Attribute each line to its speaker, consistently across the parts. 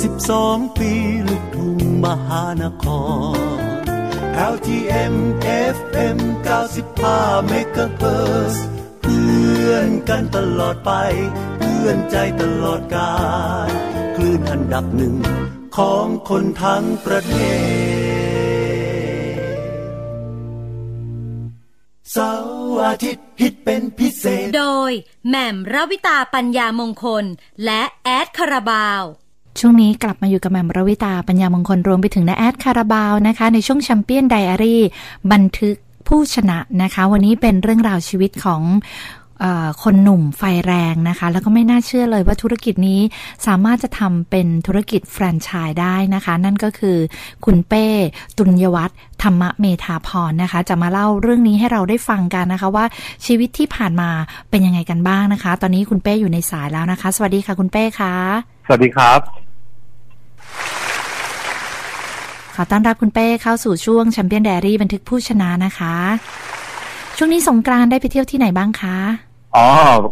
Speaker 1: สิบสองปีลูกทุ่งมหานคร LTM FM 95เมกะเฮิร์เพื่อนกันตลอดไป เพื่อนใจตลอดกาลคลื่นอันดับหนึ่งของคนทั้งประเทศเสาร์อาทิตย์ฮิตเป็นพิเศษ
Speaker 2: โดยแหม่มราวิตาปัญญามงคล และแอดคาราบาว
Speaker 3: ช่วงนี้กลับมาอยู่กับแหม่มรวิตาปัญญามงคลรวมไปถึงนาแอดคาราบาวนะคะ ในช่วงแชมเปี้ยนไดอารี่บันทึกผู้ชนะนะคะ วันนี้เป็นเรื่องราวชีวิตของเอ่อคนหนุ่มไฟแรงนะคะ แล้วก็ไม่น่าเชื่อเลยว่าธุรกิจนี้สามารถจะทำเป็นธุรกิจแฟรนไชส์ได้นะคะ นั่นก็คือคุณเป้ตุลยวัฒน์ธรรมเมธาพรนะคะ จะมาเล่าเรื่องนี้ให้เราได้ฟังกันนะคะ ว่าชีวิตที่ผ่านมาเป็นยังไงกันบ้างนะคะ ตอนนี้คุณเป้อยู่ในสายแล้วนะคะ สวัสดีค่ะคุณเป้คะ
Speaker 4: สวัสดีครับ
Speaker 3: ขอต้อนรับคุณเป้เข้าสู่ช่วงแชมเปี้ยนแดรี่บันทึกผู้ชนะนะคะ ช่วงนี้สงกรานต์ได้ไปเที่ยวที่ไหนบ้างคะ
Speaker 4: อ๋อ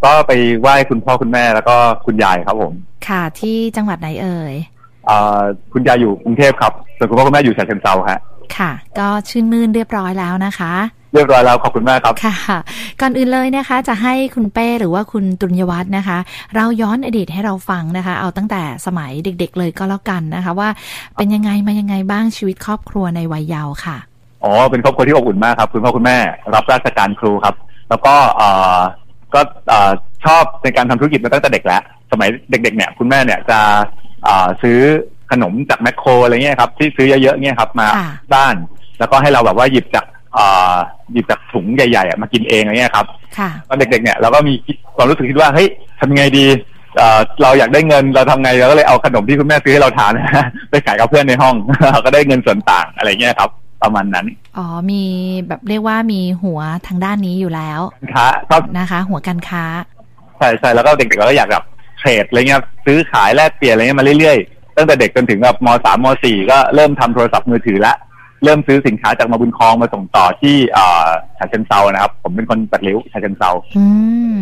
Speaker 4: ก็ไปไหว้คุณพ่อคุณแม่แล้วก็คุณยายครับผม
Speaker 3: ค่ะที่จังหวัดไหนเอ่ย
Speaker 4: อ่าคุณยายอยู่กรุงเทพครับ ส่วนคุณพ่อคุณแม่อยู่ฉะเชิงเทราฮะ
Speaker 3: ค่ะ ก็ชื่นมื่นเรียบร้อยแล้วนะคะ
Speaker 4: เรียบร้อยแล้วขอบคุณมากครับ
Speaker 3: ค่ะ ก่อนอื่นเลยนะคะ จะให้คุณเป้หรือว่าคุณตุลยวัฒน์นะคะ เราย้อนอดีตให้เราฟังนะคะ เอาตั้งแต่สมัยเด็ก ๆ เลยก็แล้วกันนะคะ ว่าเป็นยังไงมายังไงบ้างชีวิตครอบครัวในวัยเยาว์ค่ะ
Speaker 4: อ๋อ เป็นครอบครัวที่อบอุ่นมากครับคุณพ่อคุณแม่ รับราชการครูครับ แล้วก็เอ่อก็เอ่อชอบในการทำธุรกิจมาตั้งแต่เด็กแล้ว สมัยเด็ก ๆ เนี่ย คุณแม่เนี่ยจะเอ่อซื้อขนมจากแมคโครอะไรเงี้ยครับที่ซื้อเยอะๆเนี่ยครับมา
Speaker 3: ค่ะ
Speaker 4: บ้าน แล้วก็ให้เราแบบว่าหยิบจากเอ่อหยิบจากถุงใหญ่ๆอะมากินเองอะไรเงี้ยครับ
Speaker 3: ค่ะ
Speaker 4: ตอนเด็กๆเนี่ยเราก็มีความรู้สึกคิดว่าเฮ้ยทำยังไงดีเอ่อเราอยากได้เงินเราทำไงเราก็เลยเอาขนมที่คุณแม่ซื้อให้เราทาน ไปขายกับเพื่อนในห้อง เราก็ได้เงินส่วนต่างอะไรเงี้ยครับ ประมาณนั้น
Speaker 3: อ๋อมีแบบเรียกว่ามีหัวทางด้านนี้อยู่แล้ว
Speaker 4: ค้าก็
Speaker 3: นะคะ หัวการค้า
Speaker 4: ใช่ใช่แล้วก็เด็กๆเราก็อยากแบบเทรดอะไรเงี้ยซื้อขายแลกเปลี่ยนอะไรเงี้ยมาเรื่อยๆตั้งแต่เด็กจนถึงแบบมสามมสี่ก็เริ่มทำโทรศัพท์มือถือละเริ่มซื้อสินค้าจากมาบุญคลองมาส่งต่อที่เอ่อฉะเชิงเซานะครับ ผมเป็นคนปัดริ้วฉะเชิงเซา
Speaker 3: อืม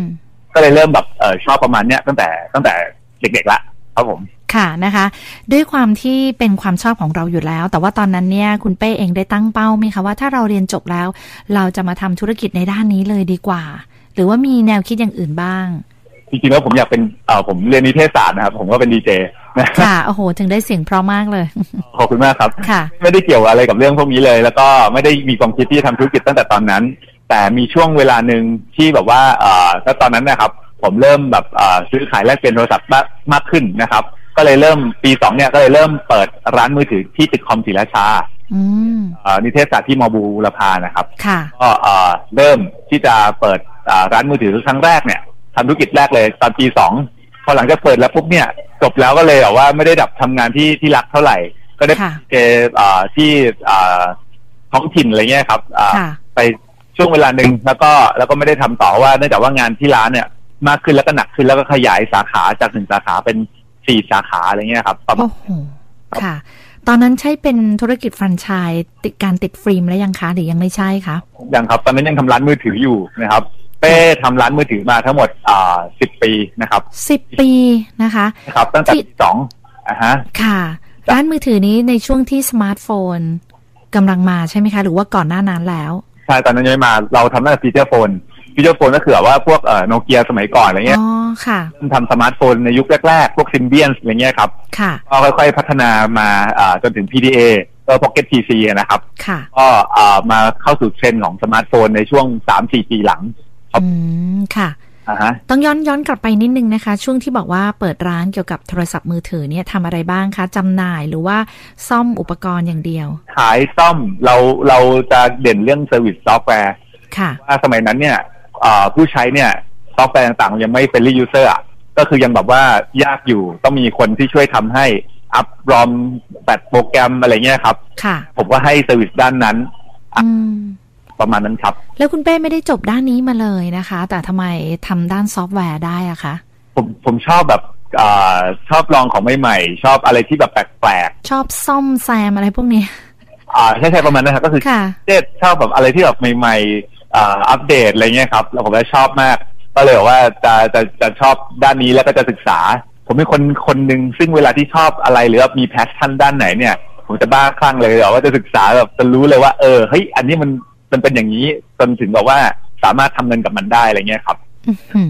Speaker 4: ก็เลยเริ่มแบบเออชอบประมาณเนี้ยตั้งแต่ตั้งแต่เด็กๆละครับผม
Speaker 3: ค่ะนะคะ ด้วยความที่เป็นความชอบของเราอยู่แล้ว แต่ว่าตอนนั้นเนี่ยคุณเป้เองได้ตั้งเป้าไหมคะว่าถ้าเราเรียนจบแล้ว เราจะมาทำธุรกิจในด้านนี้เลยดีกว่า หรือว่ามีแนวคิดอย่างอื่นบ้าง
Speaker 4: จริงๆแล้วผมอยากเป็นเอ่อผมเรียนนิเทศศาสตร์นะครับ ผมก็เป็นดีเจนะ
Speaker 3: ค่ะโอ้โห ถึงได้เสียงเพราะมากเลย
Speaker 4: ขอบคุณมากครับ
Speaker 3: ค่ะ
Speaker 4: ไม่ได้เกี่ยวอะไรกับเรื่องพวกนี้เลย แล้วก็ไม่ได้มีความคิดที่จะทำธุรกิจตั้งแต่ตอนนั้น แต่มีช่วงเวลาหนึ่งที่แบบว่าเอ่อแล้วตอนนั้นนะครับ ผมเริ่มแบบเอ่อซื้อขายแลกเปลี่ยนโทรศัพท์มากมากขึ้นนะครับ ก็เลยเริ่มปีสองเนี่ยก็เลยเริ่มเปิดร้านมือถือที่ตึกคอมศรีราชา
Speaker 3: อืม
Speaker 4: เอ่อนิเทศศาสตร์ที่มบูรพานะครับ
Speaker 3: ค่ะ
Speaker 4: ก็เอ่อเริ่มที่จะเปิดอ่าร้านมือถือครั้งแรกเนี่ยทำธุรกิจแรกเลยตอนปีสองพอหลังจากเปิดแล้วปุ๊บเนี่ยจบแล้วก็เลยแบบว่าไม่ได้ดับทำงานที่ที่รักเท่าไหร่ ก็ได้
Speaker 3: ค่ะ
Speaker 4: เจอเอ่อที่เอ่อท้องถิ่นอะไรเงี้ยครับอ่า
Speaker 3: ค่ะ
Speaker 4: ไปช่วงเวลาหนึ่งแล้วก็แล้วก็ไม่ได้ทำต่อว่าเนื่องจากว่างานที่ร้านเนี่ยมากขึ้นแล้วก็หนักขึ้นแล้วก็ขยายสาขาจากหนึ่งสาขาเป็นสี่สาขาอะไรเงี้ยครับประมาณ
Speaker 3: โอ้โห ค่ะ ตอนนั้นใช่เป็นธุรกิจแฟรนไชส์ติดการติดฟิล์มแล้วยังคะหรือยังไม่ใช่คะ
Speaker 4: ยังครับตอนนั้นยังทำร้านมือถืออยู่นะครับ เป้ทำร้านมือถือมาทั้งหมดอ่าสิบปีนะครับ
Speaker 3: สิบปีนะคะ
Speaker 4: ครับตั้งแต่
Speaker 3: ที่
Speaker 4: ปีสองอ่ะฮะ
Speaker 3: ค่ะ
Speaker 4: ครับ
Speaker 3: ร้านมือถือนี้ในช่วงที่สมาร์ทโฟนกำลังมาใช่ไหมคะ หรือว่าก่อนหน้านั้นแล้ว
Speaker 4: ใช่ตอนนั้นยังไม่มาเราทำตั้งแต่ฟีเจอร์โฟนฟีเจอร์โฟนก็คือแบบว่าพวกเอ่อโนเกียสมัยก่อนอะไรเงี้ย
Speaker 3: อ๋อ ค่ะ
Speaker 4: ทำสมาร์ทโฟนในยุคแรก ๆ พวกซิมเบียนอะไรเงี้ยครับ
Speaker 3: ค่ะ
Speaker 4: ก็ค่อยๆพัฒนามาอ่าจนถึง PDA ก็ Pocket PC อะนะครับ
Speaker 3: ค่ะ
Speaker 4: ก็อ่ามาเข้าสู่เทรนด์ของสมาร์ทโฟนในช่วง 3-4 ปีหลัง
Speaker 3: อืม ค่ะ
Speaker 4: อ่ะฮะ
Speaker 3: ต้องย้อนย้อนกลับไปนิดนึงนะคะ ช่วงที่บอกว่าเปิดร้านเกี่ยวกับโทรศัพท์มือถือเนี่ยทำอะไรบ้างคะจำหน่ายหรือว่าซ่อมอุปกรณ์อย่างเดียว
Speaker 4: ขายซ่อมเราเราจะเด่นเรื่องเซอร์วิสซอฟต์แวร์
Speaker 3: ค่ะ
Speaker 4: ว่าสมัยนั้นเนี่ยเอ่อผู้ใช้เนี่ยซอฟต์แวร์ต่างๆ ยังไม่เป็นรียูเซอร์ก็คือยังแบบว่ายากอยู่ต้องมีคนที่ช่วยทำให้อัพรอมแปดโปรแกรมอะไรเงี้ยครับ
Speaker 3: ค่ะ
Speaker 4: ผมว่าให้เซอร์วิสด้านนั้น
Speaker 3: อืม
Speaker 4: ประมาณนั้นครับ
Speaker 3: แล้วคุณเป้ไม่ได้จบด้านนี้มาเลยนะคะ แต่ทำไมทำด้านซอฟต์แวร์ได้อะคะ
Speaker 4: ผมผมชอบแบบเออชอบลองของใหม่ๆ ชอบอะไรที่แบบแปลก
Speaker 3: ชอบซ่อมแซมอะไรพวกเนี้ย
Speaker 4: ๆอ่าใช่ใช่ประมาณนั้นครับก็คือ
Speaker 3: ค่ะ
Speaker 4: เจ๊ชอบแบบอะไรที่แบบใหม่ๆอ่าอัปเดตอะไรเงี้ยครับแล้วผมก็ชอบมาก ก็เลยบอกว่าจะจะจะชอบด้านนี้แล้วก็จะศึกษา ผมเป็นคนคนหนึ่งซึ่งเวลาที่ชอบอะไรหรือว่ามีแพชชั่นด้านไหนเนี่ย ผมจะบ้าคลั่งเลยแบบว่าจะศึกษาแบบจะรู้เลยว่าเออเฮ้ยอันนี้มันมันเป็นอย่างนี้จนถึงแบบว่าสามารถทำเงินกับมันได้อะไรเงี้ยครับ
Speaker 3: อืม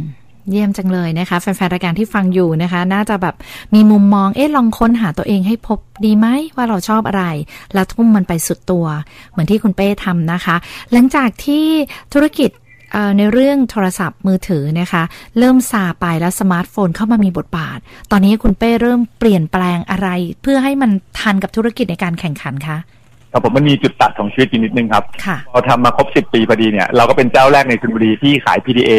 Speaker 3: เยี่ยมจังเลยนะคะ แฟนๆรายการที่ฟังอยู่นะคะ น่าจะแบบมีมุมมองเอ๊ะลองค้นหาตัวเองให้พบดีไหมว่าเราชอบอะไร แล้วทุ่มมันไปสุดตัว เหมือนที่คุณเป้ทำนะคะ หลังจากที่ธุรกิจเอ่อในเรื่องโทรศัพท์มือถือนะคะ เริ่มซาไปแล้วสมาร์ทโฟนเข้ามามีบทบาท ตอนนี้คุณเป้เริ่มเปลี่ยนแปลงอะไร เพื่อให้มันทันกับธุรกิจในการแข่งขันคะ
Speaker 4: ครับผมมันมีจุดตัดของชีวิตอยู่นิดนึงครับ
Speaker 3: ค่ะ
Speaker 4: พอทำมาครบ 10 ปีพอดีเนี่ย เราก็เป็นเจ้าแรกในชลบุรีที่ขาย PDA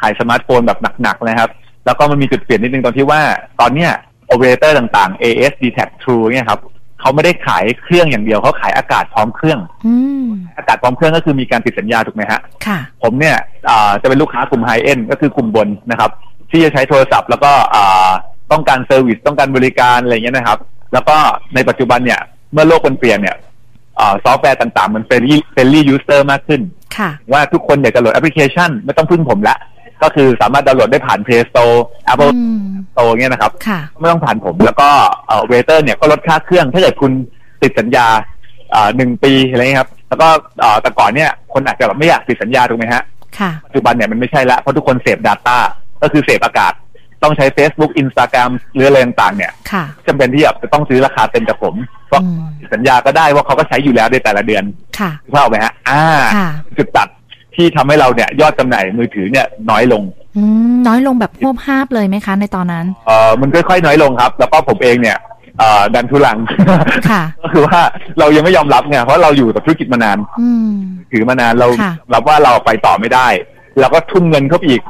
Speaker 4: ขายสมาร์ทโฟนแบบหนักๆนะครับ แล้วก็มันมีจุดเปลี่ยนนิดนึงตอนที่ว่าตอนเนี้ยโอเปอเรเตอร์ต่างๆ AS d t a c True เนี่ยครับเขาไม่ได้ขายเครื่องอย่างเดียวเขาขายอากาศพร้อมเครื่อง
Speaker 3: อืม
Speaker 4: อากาศพร้อมเครื่องก็คือมีการติดสัญญาถูกไหมฮะ
Speaker 3: ค่ะ
Speaker 4: ผมเนี่ยอ่าจะเป็นลูกค้ากลุ่มไฮเอ็นก็คือกลุ่มบนนะครับ ที่จะใช้โทรศัพท์แล้วก็อ่าต้องการเซอร์วิสต้องการบริการอะไรเงี้ยนะครับ แล้วก็ในปัจจุบันเนี่ย เมื่อโลกมันเปลี่ยนเนี่ยซอฟต์แวร์ต่างๆ มันเฟรนลี่เฟรนลี่ยูเซอร์มากขึ้น
Speaker 3: ค่ะ
Speaker 4: ว่าทุกคนอยากจะโหลดแอปพลิเคชัน ไม่ต้องพึ่งผมละ ก็คือสามารถดาวน์โหลดได้ผ่าน Play Store
Speaker 3: อื
Speaker 4: Apple
Speaker 3: ม
Speaker 4: Store เงี้ยนะครับ
Speaker 3: ค่ะ
Speaker 4: ไม่ต้องผ่านผมแล้วก็เวเตอร์เนี่ยก็ลดค่าเครื่อง ถ้าเกิดคุณติดสัญญาเอ่อหนึ่งปีอะไรเงี้ยครับ แล้วก็เอ่อแต่ก่อนเนี่ยคนอาจจะแบบไม่อยากติดสัญญาถูกไหมฮะ
Speaker 3: ค่ะ
Speaker 4: ปัจจุบันเนี่ยมันไม่ใช่ละเพราะทุกคนเสพ Data ก็คือเสพอากาศ ต้องใช้ Facebook Instagram หรืออะไรต่างๆเนี่ย
Speaker 3: ค่ะ
Speaker 4: จำเป็นที่แบบจะต้องซื้อราคาเต็มจากผมเพราะ
Speaker 3: อืม
Speaker 4: สัญญาก็ได้ว่าเขาก็ใช้อยู่แล้วในแต่ละเดือน
Speaker 3: ค่ะ
Speaker 4: เข้าพไหมฮะอ่า
Speaker 3: ค่ะ
Speaker 4: จุดตัดที่ทำให้เราเนี่ยยอดจำหน่ายมือถือเนี่ยน้อยลง
Speaker 3: อืมน้อยลงแบบควบห้าบเลยไหมคะ ในตอนนั้น
Speaker 4: เอ่อมันค่อยๆน้อยลงครับ แล้วก็ผมเองเนี่ยเอ่อดันทุลัง
Speaker 3: ค่ะ
Speaker 4: ก็คือว่าเรายังไม่ยอมรับไงเพราะเราอยู่กับธุรกิจมานาน
Speaker 3: อืม
Speaker 4: ถือมานานเรา
Speaker 3: ค่ะ
Speaker 4: รับว่าเราไปต่อไม่ได้เราก็ทุ่มเงินเข้าไปอีก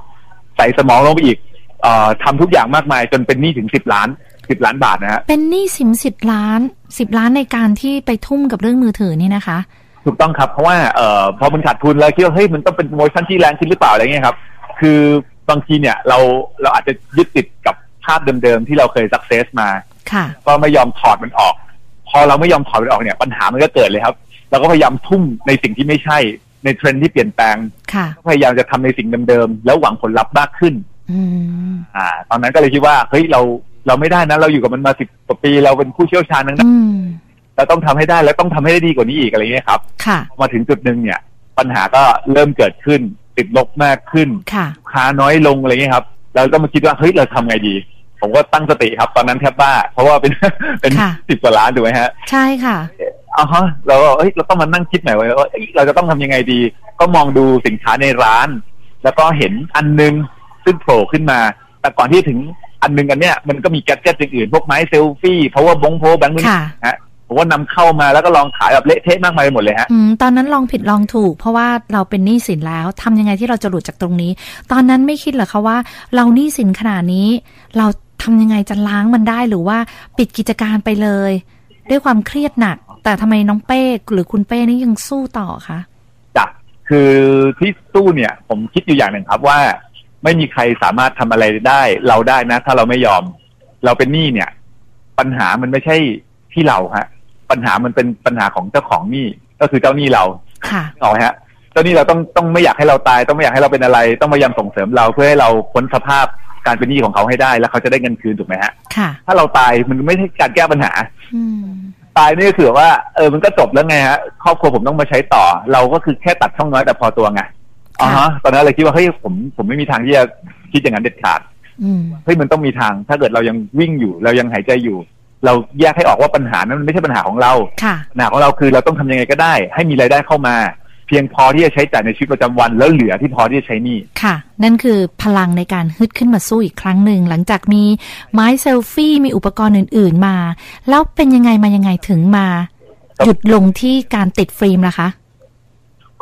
Speaker 4: ใส่สมองลงไปอีกเอ่อทำทุกอย่างมากมายจนเป็นหนี้ถึงสิบล้านสิบล้านบาทนะฮะ
Speaker 3: เป็นหนี้สินสิบล้านสิบล้านในการที่ไปทุ่มกับเรื่องมือถือนี่นะคะ
Speaker 4: ถูกต้องครับ เพราะว่าเอ่อพอมันขาดทุนเราคิดว่าเฮ้ยมันต้องเป็นโปรโมชั่นที่แรงขึ้นหรือเปล่าอะไรเงี้ยครับ คือบางทีเนี่ยเราเราอาจจะยึดติดกับภาพเดิมๆที่เราเคยสักเซสมา
Speaker 3: ค่ะ
Speaker 4: ก็ไม่ยอมถอดมันออก พอเราไม่ยอมถอดมันออกเนี่ยปัญหามันก็เกิดเลยครับ เราก็พยายามทุ่มในสิ่งที่ไม่ใช่ ในเทรนด์ที่เปลี่ยนแปลง
Speaker 3: ค่ะ
Speaker 4: ก็พยายามจะทำในสิ่งเดิมๆแล้วหวังผลลัพธ์มากขึ้น
Speaker 3: อืม
Speaker 4: อ่า ตอนนั้นก็เลยคิดว่าเฮ้ยเราเราไม่ได้นะ เราอยู่กับมันมาสิบกว่าปี เราเป็นผู้เชี่ยวชาญนั้นะ
Speaker 3: อืม
Speaker 4: เราต้องทำให้ได้แล้วต้องทำให้ได้ดีกว่านี้อีกอะไรเงี้ยครับ
Speaker 3: ค่ะ
Speaker 4: พอมาถึงจุดหนึ่งเนี่ย ปัญหาก็เริ่มเกิดขึ้น ติดลบมากขึ้น
Speaker 3: ค่ะ
Speaker 4: ลูกค้าน้อยลงอะไรเงี้ยครับเราก็มาคิดว่าเฮ้ยเราทำไงดี ผมก็ตั้งสติครับ ตอนนั้นแทบบ้า เพราะว่าเป็น เป็น
Speaker 3: ค่ะ
Speaker 4: สิบกว่าล้านถูกไหมฮะ
Speaker 3: ใช่ค่ะ
Speaker 4: อ๋อฮะเราก็เอ้ยเราต้องมานั่งคิดใหม่ว่าเอ้ยเราจะต้องทำยังไงดี ก็มองดูสินค้าในร้าน แล้วก็เห็นอันนึงซึ่งโผล่ขึ้นมา แต่ก่อนที่ถึงอันนึงกันเนี่ยมันก็มีแกดเจิตอย่างอื่นพวกไม้เซลฟี่ เพราะว่าบงโพแบงค์มือ
Speaker 3: ค่ะ
Speaker 4: ฮะผมว่านำเข้ามาแล้วก็ลองขายแบบเละเทะมากมายไปหมดเลยฮะ
Speaker 3: อืม ตอนนั้นลองผิดลองถูก เพราะว่าเราเป็นหนี้สินแล้วทำยังไงที่เราจะหลุดจากตรงนี้ ตอนนั้นไม่คิดเหรอคะว่า เราหนี้สินขนาดนี้ เราทำยังไงจะล้างมันได้หรือว่าปิดกิจการไปเลย ด้วยความเครียดหนัก แต่ทำไมน้องเป้หรือคุณเป้นี่ยังสู้ต่อคะ
Speaker 4: จ้ะคือที่สู้เนี่ย ผมคิดอยู่อย่างหนึ่งครับว่า ไม่มีใครสามารถทำอะไรได้ เราได้นะ ถ้าเราไม่ยอม เราเป็นหนี้เนี่ย ปัญหามันไม่ใช่ที่เราฮะ ปัญหามันเป็นปัญหาของเจ้าของหนี้ก็คือเจ้าหนี้เรา
Speaker 3: ค่ะ
Speaker 4: เอาไหมฮะ เจ้าหนี้เราต้องต้องไม่อยากให้เราตาย ต้องไม่อยากให้เราเป็นอะไร ต้องพยายามส่งเสริมเราเพื่อให้เราพ้นสภาพการเป็นหนี้ของเขาให้ได้ แล้วเขาจะได้เงินคืนถูกไหมฮะ
Speaker 3: ค่ะ
Speaker 4: ถ้าเราตายมันไม่ใช่การแก้ปัญหา
Speaker 3: อืม
Speaker 4: ตายนี่ก็คือว่าเออมันก็จบแล้วไงฮะครอบครัวผมต้องมาใช้ต่อ เราก็คือแค่ตัดช่องน้อยแต่พอตัวไงอ๋อฮะตอนนั้นเลยคิดว่าเฮ้ยผมผมไม่มีทางที่จะคิดอย่างนั้นเด็ดขาด
Speaker 3: อืม
Speaker 4: เฮ้ยมันต้องมีทาง ถ้าเกิดเรายังวิ่งอยู่ เรายังหายใจอยู่ เราแยกให้ออกว่าปัญหานั้นมันไม่ใช่ปัญหาของเรา
Speaker 3: ค่ะ
Speaker 4: ปัญหาของเราคือเราต้องทำยังไงก็ได้ ให้มีรายได้เข้ามา เพียงพอที่จะใช้จ่ายในชีวิตประจำวัน แล้วเหลือที่พอที่จะใช้หนี่
Speaker 3: ค่ะ นั่นคือพลังในการฮึดขึ้นมาสู้อีกครั้งหนึ่ง หลังจากมีไม้เซลฟี่มีอุปกรณ์อื่น ๆ มา แล้วเป็นยังไงมายังไงถึงมา
Speaker 4: ครั
Speaker 3: ห
Speaker 4: บ
Speaker 3: ยุดลงที่การติดฟิล์มล่ะคะ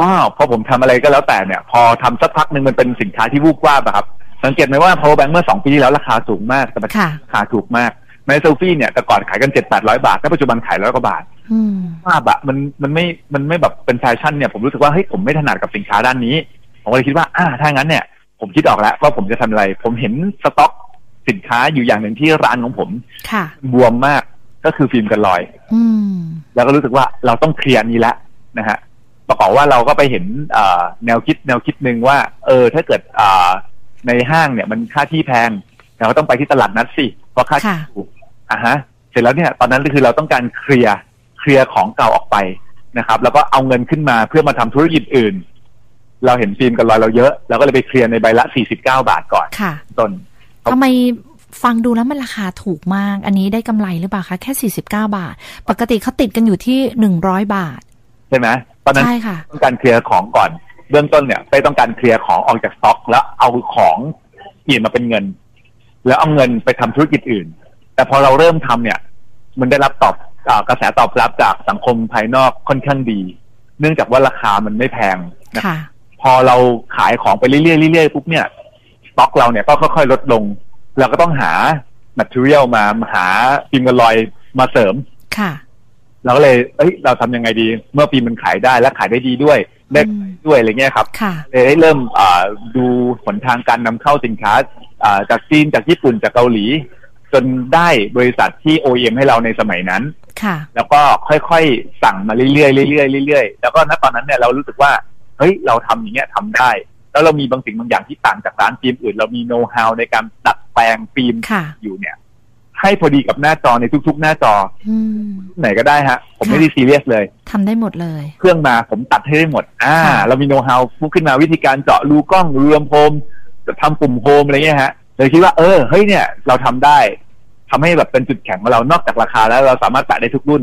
Speaker 4: ก็พอผมทำอะไรก็แล้วแต่เนี่ย พอทำสักพักหนึ่งมันเป็นสินค้าที่วูบวาบอะครับสังเกตไหมว่า power bank เมื่อสองปีที่แล้วราคาสูงมากแต่ปัจจุบัน
Speaker 3: ค่ะ
Speaker 4: ราคาถูกมากในเซลฟี่เนี่ยแต่ก่อนขายกันเจ็ดแปดร้อยบาทแต่ปัจจุบันขายร้อยกว่าบาท
Speaker 3: อืม
Speaker 4: ภาพอะมันมันไม่มันไม่แบบเป็นแฟชั่นเนี่ยผมรู้สึกว่าเฮ้ยผมไม่ถนัดกับสินค้าด้านนี้ ผมก็เลยคิดว่าอ่าถ้างั้นเนี่ย ผมคิดออกแล้วว่าผมจะทำอะไร ผมเห็นสต็อกสินค้าอยู่อย่างหนึ่งที่ร้านของผม
Speaker 3: ค่ะ
Speaker 4: บวมมากก็คือฟิล์มกันรอย
Speaker 3: อืม
Speaker 4: แล้วก็รู้สึกว่าเราต้องเคลียร์อันนี้ละนะฮะประกอบว่าเราก็ไปเห็นเอ่อแนวคิดแนวคิดหนึ่งว่า เออ ถ้าเกิดเอ่อในห้างเนี่ยมันค่าที่แพงเราก็ต้องไปที่ตลาดนัดสิ เพราะค่า
Speaker 3: ค่ะ
Speaker 4: ถูกอ่ะฮะ เสร็จแล้วเนี่ย ตอนนั้นก็คือเราต้องการเคลียร์เคลียร์ของเก่าออกไปนะครับ แล้วก็เอาเงินขึ้นมาเพื่อมาทำธุรกิจอื่น เราเห็นฟิล์มกันลอยเราเยอะเราก็เลยไปเคลียร์ในใบละ 49 บาทก่อน
Speaker 3: ค่ะ
Speaker 4: ต้น ครับ
Speaker 3: ทำไมฟังดูแล้วมันราคาถูกมาก อันนี้ได้กำไรหรือเปล่าคะ แค่ 49 บาท ปกติเขาติดกันอยู่ที่ 100 บาท
Speaker 4: ใช่ไหมตอนนั้น
Speaker 3: ใช่ค่ะ
Speaker 4: ต้องการเคลียร์ของก่อน เบื้องต้นเนี่ยไปต้องการเคลียร์ของออกจากสต็อก แล้วเอาของเปลี่ยนมาเป็นเงิน แล้วเอาเงินไปทำธุรกิจอื่น แต่พอเราเริ่มทำเนี่ย มันได้รับตอบอากระแสตอบรับจากสังคมภายนอกค่อนข้างดี เนื่องจากว่าราคามันไม่แพงนะ
Speaker 3: ค่ะ
Speaker 4: พอเราขายของไปเรื่อยๆเรื่อยๆปุ๊บเนี่ยสต็อกเราเนี่ยก็ค่อยๆลดลง เราก็ต้องหา material มาหาฟิล์มกันลอยมาเสริม
Speaker 3: ค่ะ
Speaker 4: เราก็เลยเอ้ยเราทำยังไงดี เมื่อปีมันขายได้และขายได้ดีด้วยได้
Speaker 3: อืม
Speaker 4: ด้วยอะไรเงี้ยครับ
Speaker 3: ค่ะ
Speaker 4: เลยได้เริ่มอ่าดูหนทางการนำเข้าสินค้าอ่าจากจีนจากญี่ปุ่นจากเกาหลี จนได้บริษัทที่ OEM ให้เราในสมัยนั้น
Speaker 3: ค่ะ
Speaker 4: แล้วก็ค่อยๆ สั่งมาเรื่อยๆเรื่อยๆเรื่อยๆแล้วก็ณตอนนั้นเนี่ยเรารู้สึกว่าเฮ้ยเราทำอย่างเงี้ยทำได้ แล้วเรามีบางสิ่งบางอย่างที่ต่างจากร้านฟิล์มอื่น เรามีโน้ตฮาวในการดัดแปลงฟิล์ม
Speaker 3: ค่ะ
Speaker 4: อยู่เนี่ย ให้พอดีกับหน้าจอในทุก ๆ หน้าจอ
Speaker 3: อืม
Speaker 4: ไหนก็ได้ฮะ ผมไม่
Speaker 3: ค่ะ
Speaker 4: ได้ซีเรียสเลย
Speaker 3: ทำได้หมดเลย
Speaker 4: เครื่องมาผมตัดให้ได้หมด อ่า
Speaker 3: ค่ะ
Speaker 4: เรามีโน้ตฮาวพูดขึ้นมาวิธีการเจาะรูกล้องรวมโฮมจะทำปุ่มโฮมอะไรเงี้ยฮะเลยคิดว่าเออเฮ้ยเนี่ย เราทำได้ทำให้แบบเป็นจุดแข็งของเรานอกจากราคาแล้วเราสามารถแตะได้ทุกรุ่น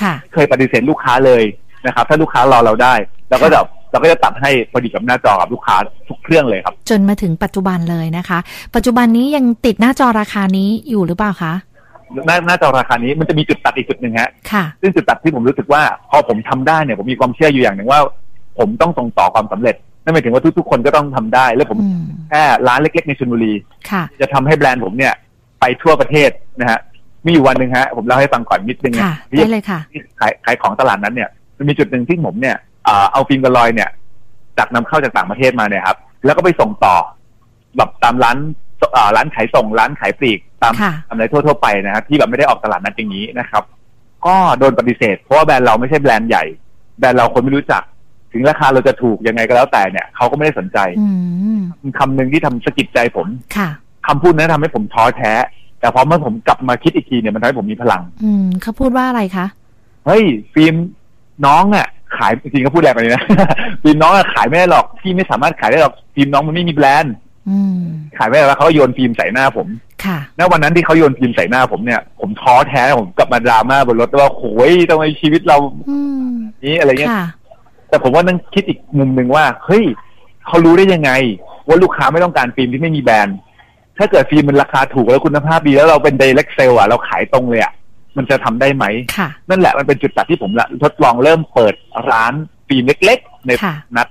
Speaker 3: ค่ะ
Speaker 4: เคยปฏิเสธลูกค้าเลยนะครับ ถ้าลูกค้ารอเราได้เราก็จะเราก็จะตัดให้พอดีกับหน้าจอกับลูกค้าทุกเครื่องเลยครับ
Speaker 3: จนมาถึงปัจจุบันเลยนะคะ ปัจจุบันนี้ยังติดหน้าจอราคานี้อยู่หรือเปล่าคะ
Speaker 4: หน้าหน้าจอราคานี้มันจะมีจุดตัดอีกจุดหนึ่งฮะ
Speaker 3: ค่ะ
Speaker 4: ซึ่งจุดตัดที่ผมรู้สึกว่าพอผมทำได้เนี่ยผมมีความเชื่ออยู่อย่างหนึ่งว่า ผมต้องส่งต่อความสำเร็จนั่นหมายถึงว่าทุกๆ คนก็ต้องทำได้ และผม
Speaker 3: อืม
Speaker 4: แค่ร้านเล็กๆในชลบุรี
Speaker 3: ค่ะ
Speaker 4: จะทำให้แบรนด์ผมเนี่ย ไปทั่วประเทศนะฮะมีอยู่วันหนึ่งฮะ ผมเล่าให้ฟังก่อนนิดนึงนะ
Speaker 3: ค่ะ ได้เลยค่ะ
Speaker 4: ที่ขายขายของตลาดนั้นเนี่ยมันมีจุดหนึ่งที่ผมเนี่ยเอ่อเอาฟิล์มกระลอยเนี่ยจากนำเข้าจากต่างประเทศมาเนี่ยครับ แล้วก็ไปส่งต่อแบบตามร้านเอ่อร้านขายส่งร้านขายปลีกตาม
Speaker 3: ค่ะ
Speaker 4: ตามอะไรทั่วๆไปนะฮะที่แบบไม่ได้ออกตลาดนัดอย่างนี้นะครับ ก็โดนปฏิเสธ เพราะว่าแบรนด์เราไม่ใช่แบรนด์ใหญ่ แบรนด์เราคนไม่รู้จัก ถึงราคาเราจะถูกยังไงก็แล้วแต่เนี่ยเขาก็ไม่ได้สนใจ
Speaker 3: อืม
Speaker 4: คำหนึ่งที่ทำสะกิดใจผม
Speaker 3: ค่ะ
Speaker 4: คำพูดนั้นทำให้ผมท้อแท้ แต่พอเมื่อผมกลับมาคิดอีกทีเนี่ยมันทำให้ผมมีพลัง
Speaker 3: อืมเขาพูดว่าอะไรคะ
Speaker 4: เฮ้ย ฟิล์มน้องอ่ะ ขายจริงๆก็พูดแรงไปเลยนะ ฟิล์มน้องอ่ะขายไม่ได้หรอกพี่ไม่สามารถขายได้หรอกฟิล์มน้องมันไม่มีแบรนด์
Speaker 3: อืม
Speaker 4: ขายไม่ได้แล้วเขาก็โยนฟิล์มใส่หน้าผม
Speaker 3: ค่ะ
Speaker 4: ณวันนั้นที่เขาโยนฟิล์มใส่หน้าผมเนี่ยผมท้อแท้ผมกลับมาดราม่าบนรถว่าโอ้ยทำไมชีวิตเรา
Speaker 3: อืม
Speaker 4: นี้อะไรเงี้ย
Speaker 3: ค่ะ
Speaker 4: แต่ผมว่านั่งคิดอีกมุมหนึ่งว่าเฮ้ยเขารู้ได้ยังไง ว่าลูกค้าไม่ต้องการฟิล์มที่ไม่มีแบรนด์ ถ้าเกิดฟิล์มมันราคาถูกแล้วคุณภาพดีแล้วเราเป็น direct sale อ่ะเราขายตรงเลยอ่ะมันจะทำได้ไหม
Speaker 3: ค่ะ
Speaker 4: นั่นแหละมันเป็นจุดตัดที่ผมละทดลองเริ่มเปิดร้านฟิล์มเล็ก ๆ ใน
Speaker 3: ค่ะ
Speaker 4: นัด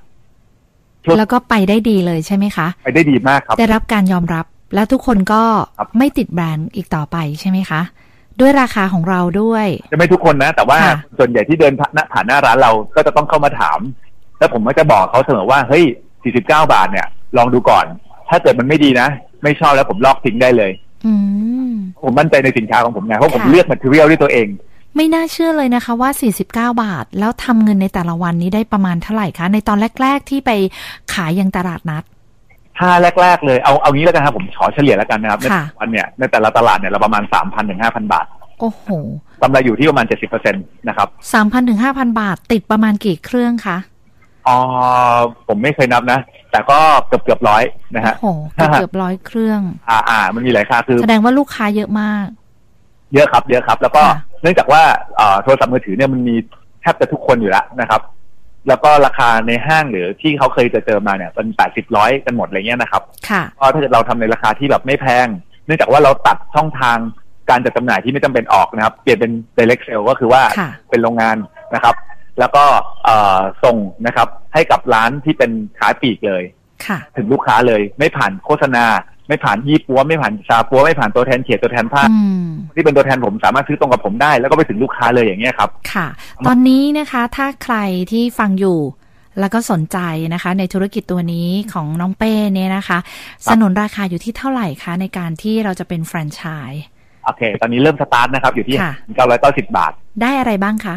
Speaker 3: แล้วก็ไปได้ดีเลยใช่ไหมคะ
Speaker 4: ไปได้ดีมากครับ
Speaker 3: ได้รับการยอมรับและทุกคนก็
Speaker 4: ครับ
Speaker 3: ไม่ติดแบรนด์อีกต่อไปใช่ไหมคะ ด้วยราคาของเราด้วย
Speaker 4: จะไม่ทุกคนนะ แต่ว่า
Speaker 3: ค่ะ
Speaker 4: ส่วนใหญ่ที่เดินผ่านผ่านหน้าร้านเราก็จะต้องเข้ามาถาม แล้วผมก็จะบอกเขาเสมอว่าเฮ้ย 49 บาทเนี่ย ลองดูก่อน ถ้าเกิดมันไม่ดีนะ ไม่ชอบแล้วผมลอกทิ้งได้เลย
Speaker 3: อืม
Speaker 4: ผมมั่นใจในสินค้าของผมไงเพราะผม
Speaker 3: ค่ะ
Speaker 4: เลือก material ด้วยตัวเอง
Speaker 3: ไม่น่าเชื่อเลยนะคะว่า 49 บาท แล้วทำเงินในแต่ละวันนี้ได้ประมาณเท่าไหร่คะ ในตอนแรก ๆ ที่ไปขายยังตลาดนัด
Speaker 4: ถ้าแรก ๆ เลยเอาเอางี้แล้วกันครับผมขอเฉลี่ยแล้วกันนะครับใน
Speaker 3: ค่ะ
Speaker 4: วันเนี่ยในแต่ละตลาดเนี่ยเราประมาณ 3,000ถึง5,000 บาท
Speaker 3: โอ้โห
Speaker 4: กำไรอยู่ที่ประมาณ 70%นะครับ
Speaker 3: 3,000ถึง5,000 บาท ติดประมาณกี่เครื่องคะ
Speaker 4: อ๋อผมไม่เคยนับนะ แต่ก็เกือบเกือบร้อยนะฮะ
Speaker 3: โอ้โห เกือบร้อยเครื่อง
Speaker 4: อ่าอ่ามันมีหลายค่าคือ
Speaker 3: แสดงว่าลูกค้าเยอะมาก
Speaker 4: เยอะครับเยอะครับ แล้วก็
Speaker 3: ค่ะ
Speaker 4: เนื่องจากว่าเอ่อโทรศัพท์มือถือเนี่ยมันมีแทบจะทุกคนอยู่แล้วนะครับ แล้วก็ราคาในห้างหรือที่เขาเคยจะเจอมาเนี่ยเป็นแปดสิบร้อยกันหมดอะไรเงี้ยนะครับ
Speaker 3: ค่ะ
Speaker 4: ก็ถ้าเกิดเราทำในราคาที่แบบไม่แพง เนื่องจากว่าเราตัดช่องทางการจัดจำหน่ายที่ไม่จำเป็นออกนะครับ เปลี่ยนเป็น direct sale ก็คือว่า
Speaker 3: ค่ะ
Speaker 4: เป็นโรงงานนะครับ แล้วก็เอ่อส่งนะครับ ให้กับร้านที่เป็นขายปลีกเลย
Speaker 3: ค่ะ
Speaker 4: ถึงลูกค้าเลย ไม่ผ่านโฆษณา ไม่ผ่านยี่ปัว ไม่ผ่านชาปัว ไม่ผ่านตัวแทนเขตตัวแทนภาค
Speaker 3: อืม
Speaker 4: ที่เป็นตัวแทนผมสามารถซื้อตรงกับผมได้ แล้วก็ไปถึงลูกค้าเลยอย่างเงี้ยครับ
Speaker 3: ค่ะ ตอนนี้นะคะถ้าใครที่ฟังอยู่ แล้วก็สนใจนะคะ ในธุรกิจตัวนี้ของน้องเป้เนี่ยนะคะสนุนราคาอยู่ที่เท่าไหร่คะ ในการที่เราจะเป็นแฟรนไชส์
Speaker 4: โอเค ตอนนี้เริ่มสตาร์ทนะครับอยู่ที่
Speaker 3: ค่ะ
Speaker 4: 990บาท
Speaker 3: ได้อะไรบ้างคะ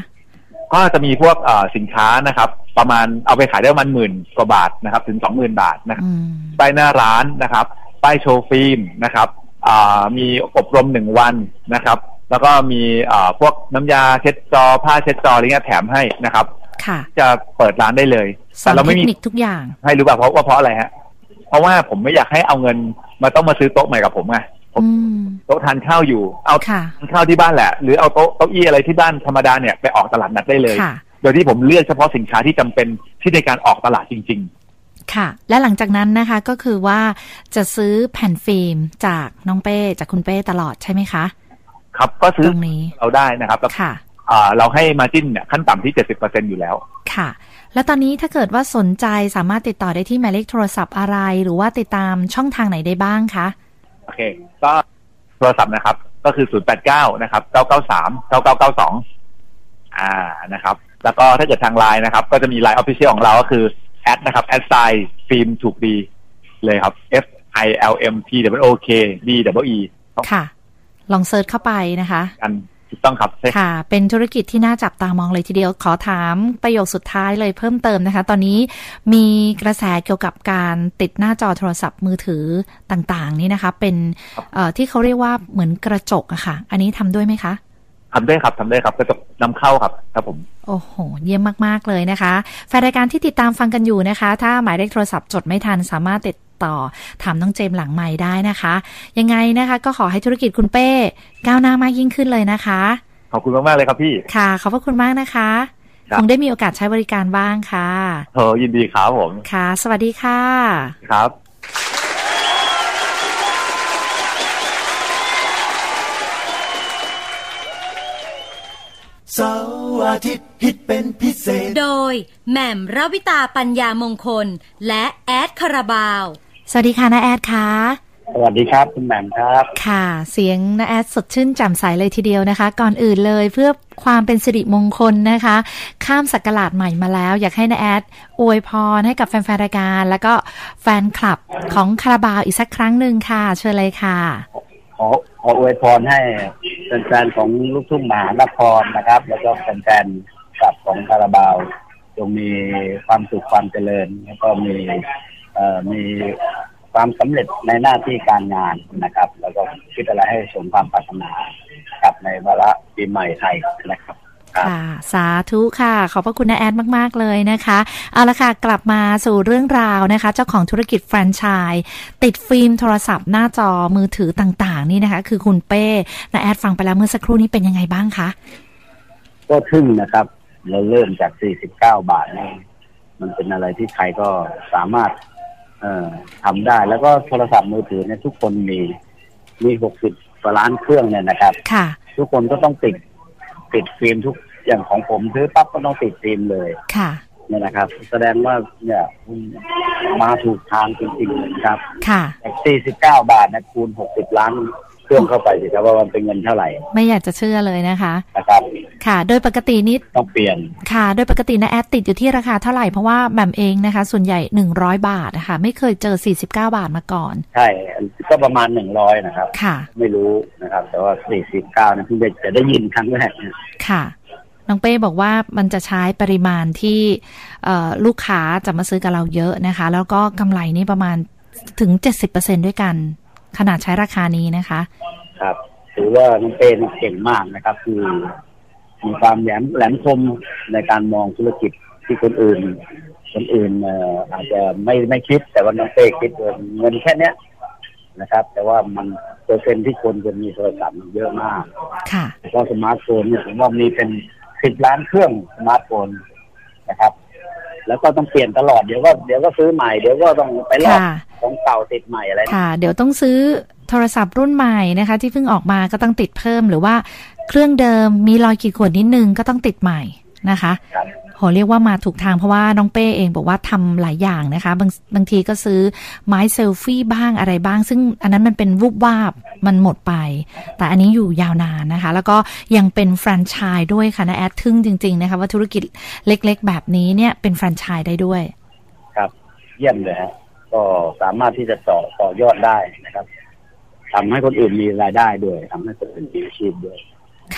Speaker 4: ก็จะมีพวกเอ่อสินค้านะครับ ประมาณเอาไปขายได้ประมาณหมื่นกว่าบาทนะครับ ถึงสองหมื่นบาทนะครับ
Speaker 3: อืม
Speaker 4: ป้ายหน้าร้านนะครับ ป้ายโชว์ฟิล์มนะครับ อ่ามีอบรมหนึ่งวันนะครับ แล้วก็มีอ่าพวกน้ำยาเช็ดจอผ้าเช็ดจออะไรเงี้ยแถมให้นะครับ
Speaker 3: ค่ะ
Speaker 4: จะเปิดร้านได้เลย
Speaker 3: สอ
Speaker 4: แต่
Speaker 3: น
Speaker 4: เรา
Speaker 3: เท
Speaker 4: ไม่
Speaker 3: ค
Speaker 4: มี
Speaker 3: นิคทุกอย่าง
Speaker 4: ให้รู้ป่ะเพราะว่าเพราะอะไรฮะ เพราะว่าผมไม่อยากให้เอาเงินมาต้องมาซื้อโต๊ะใหม่กับผมไงผม
Speaker 3: อืม
Speaker 4: โต๊ะทานข้าวอยู่ เอา
Speaker 3: ค่ะ
Speaker 4: ทานข้าวที่บ้านแหละ หรือเอาโต๊ะเก้าอี้อะไรที่บ้านธรรมดาเนี่ยไปออกตลาดนัดได้เลย
Speaker 3: ค่ะ
Speaker 4: โดยที่ผมเลือกเฉพาะสินค้าที่จำเป็นที่ในการออกตลาดจริง
Speaker 3: ค่ะ และหลังจากนั้นนะคะก็คือว่าจะซื้อแผ่นฟิล์มจากน้องเป้จากคุณเป้ตลอดใช่ไหมคะ
Speaker 4: ๆ ครับ ก็ซื้
Speaker 3: ต
Speaker 4: อ
Speaker 3: รงนี้
Speaker 4: เราได้นะครับแล้ว
Speaker 3: ค่ะ
Speaker 4: อ่าเราให้มาจิ้นเนี่ยขั้นต่ำที่เจ็ดสิบเปอร์เซ็นอยู่แล้ว
Speaker 3: ค่ะ แล้วตอนนี้ถ้าเกิดว่าสนใจสามารถติดต่อได้ที่หมายเลขโทรศัพท์อะไร หรือว่าติดตามช่องทางไหนได้บ้างคะ
Speaker 4: โอเค ก็โทรศัพท์นะครับ ก็คือศูนย์แปดเก้านะครับเก้าเก้าสามเก้าเก้าเก้าสองอ่านะครับ แล้วก็ถ้าเกิดทางไลน์นะครับ ก็จะมีไลน์ออฟฟิเชียลของเราก็คือแอดนะครับแอดไซฟิล์มถูกดี เลยครับ F I L M T W O K D W E ต้อง
Speaker 3: ค่ะ ลองเซิร์ชเข้าไปนะคะ
Speaker 4: กันถูกต้องครับใช่
Speaker 3: ค่ะ เป็นธุรกิจที่น่าจับตามองเลยทีเดียว ขอถามประโยคสุดท้ายเลยเพิ่มเติมนะคะ ตอนนี้มีกระแสเกี่ยวกับการติดหน้าจอโทรศัพท์มือถือต่างๆ นี่นะคะ เป็นเอ่อที่เขาเรียกว่าเหมือนกระจกอะค่ะ อันนี้ทำด้วยไหมคะ
Speaker 4: ทำได้ครับทำได้ครับก็จะนำเข้าครับครับผม
Speaker 3: โอ้โห เยี่ยมมาก ๆ เลยนะคะ แฟนรายการที่ติดตามฟังกันอยู่นะคะ ถ้าหมายเลขโทรศัพท์จดไม่ทันสามารถติดต่อ ถามน้องเจมส์หลังใหม่ได้นะคะ ยังไงนะคะ ก็ขอให้ธุรกิจคุณเป้ก้าวหน้ามากยิ่งขึ้นเลยนะคะ
Speaker 4: ขอบคุณมาก ๆ เลยครับพี่
Speaker 3: ค่ะ ขอบพระคุณมากนะคะ
Speaker 4: ครับ
Speaker 3: คงได้มีโอกาสใช้บริการบ้างค่ะ
Speaker 4: เออยินดีครับผม
Speaker 3: ค่ะ สวัสดีค่ะ
Speaker 4: ครับ
Speaker 1: เสาร์อาทิตย์ฮิตเป็นพิเศษ
Speaker 2: โดยแหม่มราวิตาปัญญามงคล และแอดคาราบาว
Speaker 3: สวัสดีค่ะนาแอดค่ะ
Speaker 5: สวัสดีครับคุณแหม่มครับ
Speaker 3: ค่ะ เสียงนาแอดสดชื่นแจ่มใสเลยทีเดียวนะคะ ก่อนอื่นเลยเพื่อความเป็นสิริมงคลนะคะ ข้ามศักราชใหม่มาแล้ว อยากให้นาแอดอวยพรให้กับแฟนๆรายการ แล้วก็แฟนคลับของคาราบาวอีกสักครั้งหนึ่งค่ะ เชิญเลยค่ะ
Speaker 5: ขอขออวยพรให้แฟนๆของลูกทุ่งมหานครนะครับ แล้วก็แฟนๆกับของคาราบาวจงมีความสุขความเจริญ แล้วก็มีเอ่อมีความสำเร็จในหน้าที่การงานนะครับ แล้วก็คิดอะไรให้สมความปรารถนาครับในวาระปีใหม่ไทยนะครับ
Speaker 3: ค่ะ สาธุค่ะ ขอบพระคุณนาแอดมาก ๆ เลยนะคะ เอาละค่ะ กลับมาสู่เรื่องราวนะคะ เจ้าของธุรกิจแฟรนไชส์ติดฟิล์มโทรศัพท์หน้าจอมือถือต่างๆ นี่นะคะ คือคุณเป้นาแอดฟังไปแล้วเมื่อสักครู่นี้เป็นยังไงบ้างคะ
Speaker 5: ก็ทึ่งนะครับ เราเริ่มจาก 49 บาทนี่มันเป็นอะไรที่ใครก็สามารถ เอ่อทำได้ แล้วก็โทรศัพท์มือถือเนี่ยทุกคนมี มี 60กว่าล้านเครื่องเนี่ยนะครับ
Speaker 3: ค่ะ
Speaker 5: ทุกคนก็ต้องติด ติดฟิล์มทุกอย่างของผมซื้อปั๊บก็ต้องติดฟิล์มเลย
Speaker 3: ค่ะ
Speaker 5: เนี่ยนะครับ แสดงว่าเนี่ยคุณมาถูกทางจริงๆนะครับ
Speaker 3: ค่ะ
Speaker 5: จาก49 บาทนะคูณ 60 ล้านเครื่องเข้าไปสิครับว่ามันเป็นเงินเท่าไหร่
Speaker 3: ไม่อยากจะเชื่อเลยนะคะ
Speaker 5: นะครับ
Speaker 3: ค่ะ โดยปกตินี่
Speaker 5: ต้องเปลี่ยน
Speaker 3: ค่ะ โดยปกตินะแอดติดอยู่ที่ราคาเท่าไหร่ เพราะว่าแบมเองนะคะ ส่วนใหญ่ 100 บาทนะคะไม่เคยเจอ 49 บาทมาก่อน
Speaker 5: ใช่ ก็ประมาณ 100 นะครับ
Speaker 3: ค่ะ
Speaker 5: ไม่รู้นะครับ แต่ว่า 49นะเพิ่งได้จะได้ยินครั้งแรกนะ
Speaker 3: ค่ะ น้องเป้บอกว่ามันจะใช้ปริมาณที่เอ่อลูกค้าจะมาซื้อกับเราเยอะนะคะ แล้วก็กำไรนี่ประมาณถึง 70%ด้วยกัน ขนาดใช้ราคานี้นะคะ
Speaker 5: ครับ ถือว่าน้องเป้นเก่งมากนะครับ คือมีความแหลมแหลมคมในการมองธุรกิจที่คนอื่น คนอื่นเอ่ออาจจะไม่ไม่คิด แต่ว่าน้องเป้คิดว่าเงินแค่เนี้ยนะครับ แต่ว่ามันเปอร์เซ็นต์ที่คนจะมีโทรศัพท์มันเยอะมาก
Speaker 3: ค่ะ
Speaker 5: เพราะสมาร์ทโฟนเนี่ยผมว่ามีเป็นสิบล้านเครื่องสมาร์ทโฟนนะครับ แล้วก็ต้องเปลี่ยนตลอดเดี๋ยวก็เดี๋ยวก็ซื้อใหม่เดี๋ยวก็ต้องไปลอก
Speaker 3: ค่ะ
Speaker 5: ของเก่าติดใหม่อะไร
Speaker 3: ค่ะ เดี๋ยวต้องซื้อโทรศัพท์รุ่นใหม่นะคะ ที่เพิ่งออกมาก็ต้องติดเพิ่มหรือว่าเครื่องเดิมมีรอยขีดข่วนนิดนึงก็ต้องติดใหม่นะคะ
Speaker 5: ครับ
Speaker 3: โหเรียกว่ามาถูกทางเพราะว่าน้องเป้เองบอกว่าทำหลายอย่างนะคะ บางบางทีก็ซื้อไม้เซลฟี่บ้างอะไรบ้าง ซึ่งอันนั้นมันเป็นวูบวาบมันหมดไป แต่อันนี้อยู่ยาวนานนะคะ แล้วก็ยังเป็นแฟรนไชส์ด้วยค่ะนะแอดทึ่งจริง ๆ นะคะ ว่าธุรกิจเล็กๆ แบบนี้เนี่ยเป็นแฟรนไชส์ได้ด้วย
Speaker 5: ครับ เยี่ยมเลยฮะก็สามารถที่จะต่อต่อยอดได้นะครับทำให้คนอื่นมีรายได้ด้วยทำให้คนอื่นมีอาชีพด้วย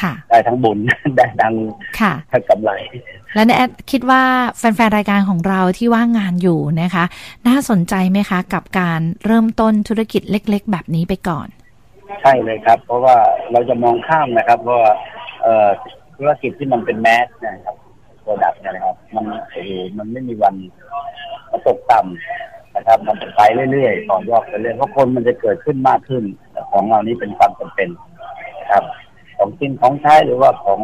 Speaker 3: ค่ะ
Speaker 5: ได้ทั้งบุญ ได้ทั้ง
Speaker 3: ค่ะ
Speaker 5: ทั้งกำไร
Speaker 3: และนะแอดคิดว่าแฟนๆรายการของเราที่ว่างงานอยู่นะคะ น่าสนใจไหมคะ กับการเริ่มต้นธุรกิจเล็ก ๆ แบบนี้ไปก่อน
Speaker 5: ใช่เลยครับ เพราะว่าเราจะมองข้ามนะครับเพราะว่าเอ่อธุรกิจที่มันเป็นแมสนะครับโปรดักต์นะครับ มันโอ้โหมันไม่มีวันมันตกต่ำนะครับ มันจะไปเรื่อยๆต่อยอดไปเรื่อยเพราะคนมันจะเกิดขึ้นมากขึ้นแต่ของเรานี้เป็นความจำเป็นนะครับ ของกินของใช้หรือว่าของ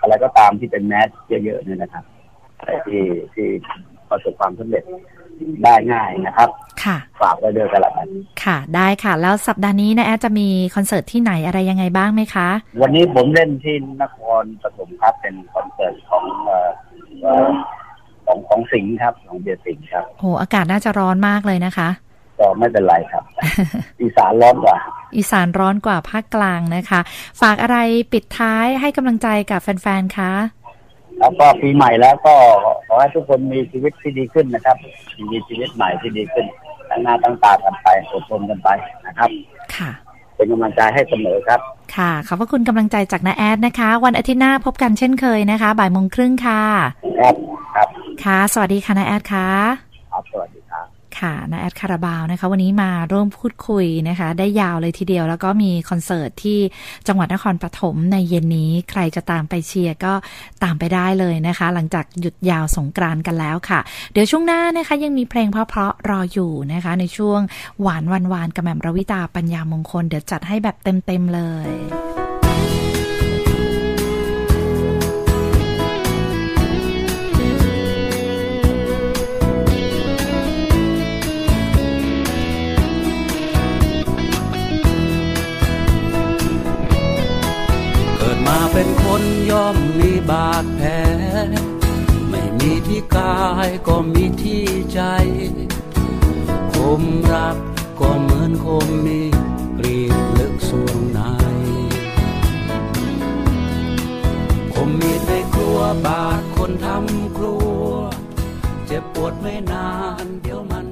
Speaker 5: อะไรก็ตามที่เป็นแมสเยอะๆเนี่ยนะครับที่ที่ประสบความสำเร็จได้ง่ายนะครับ
Speaker 3: ค่ะ
Speaker 5: ฝากไว้ด้วยกันละกัน
Speaker 3: ค่ะ ได้ค่ะ แล้วสัปดาห์นี้นะแอดจะมีคอนเสิร์ตที่ไหนอะไรยังไงบ้างไหมคะ
Speaker 5: วันนี้ผมเล่นที่นครปฐมครับเป็นคอนเสิร์ตของเอ่อเอ่อของของสิงห์ครับของเบียร์สิงห์ครับ
Speaker 3: โห อากาศน่าจะร้อนมากเลยนะคะ
Speaker 5: ก็ไม่เป็นไรครับ อีสานร้อนกว่า
Speaker 3: อีสานร้อนกว่าภาคกลางนะคะ ฝากอะไรปิดท้ายให้กำลังใจกับแฟนๆ คะ
Speaker 5: แล้วก็ปีใหม่แล้วก็ขอให้ทุกคนมีชีวิตที่ดีขึ้นนะครับ มีชีวิตใหม่ที่ดีขึ้นตั้งหน้าตั้งตากันไปอดทนกันไปนะครับ
Speaker 3: ค่ะ
Speaker 5: เป็นกำลังใจให้เสมอครับ
Speaker 3: ค่ะ ขอบพระคุณกำลังใจจากน้าแอดนะคะ วันอาทิตย์หน้าพบกันเช่นเคยนะคะ บ่ายโมงครึ่งค่ะ
Speaker 5: ครับครับ
Speaker 3: ค่ะ สวัสดีค่ะน้าแอดค่ะ
Speaker 5: ครับสวัสดีครับ
Speaker 3: ค่ะนาแอดคาราบาวนะคะ วันนี้มาร่วมพูดคุยนะคะ ได้ยาวเลยทีเดียวแล้วก็มีคอนเสิร์ตที่จังหวัดนครปฐมในเย็นนี้ ใครจะตามไปเชียร์ก็ตามไปได้เลยนะคะ หลังจากหยุดยาวสงกรานต์กันแล้วค่ะ เดี๋ยวช่วงหน้านะคะยังมีเพลงเพราะๆรออยู่นะคะ ในช่วงหวานวันวานกับแหม่มระวิตาปัญญามงคล เดี๋ยวจัดให้แบบเต็มๆเลย
Speaker 1: เกิดมาเป็นคนย่อมมีบาดแผล ไม่มีที่กายก็มีที่ใจ คมรักก็เหมือนคมมีกรีดลึกสวงใน คมมีดในครัวบาดคนทำครัว เจ็บปวดไม่นานเดี๋ยวมัน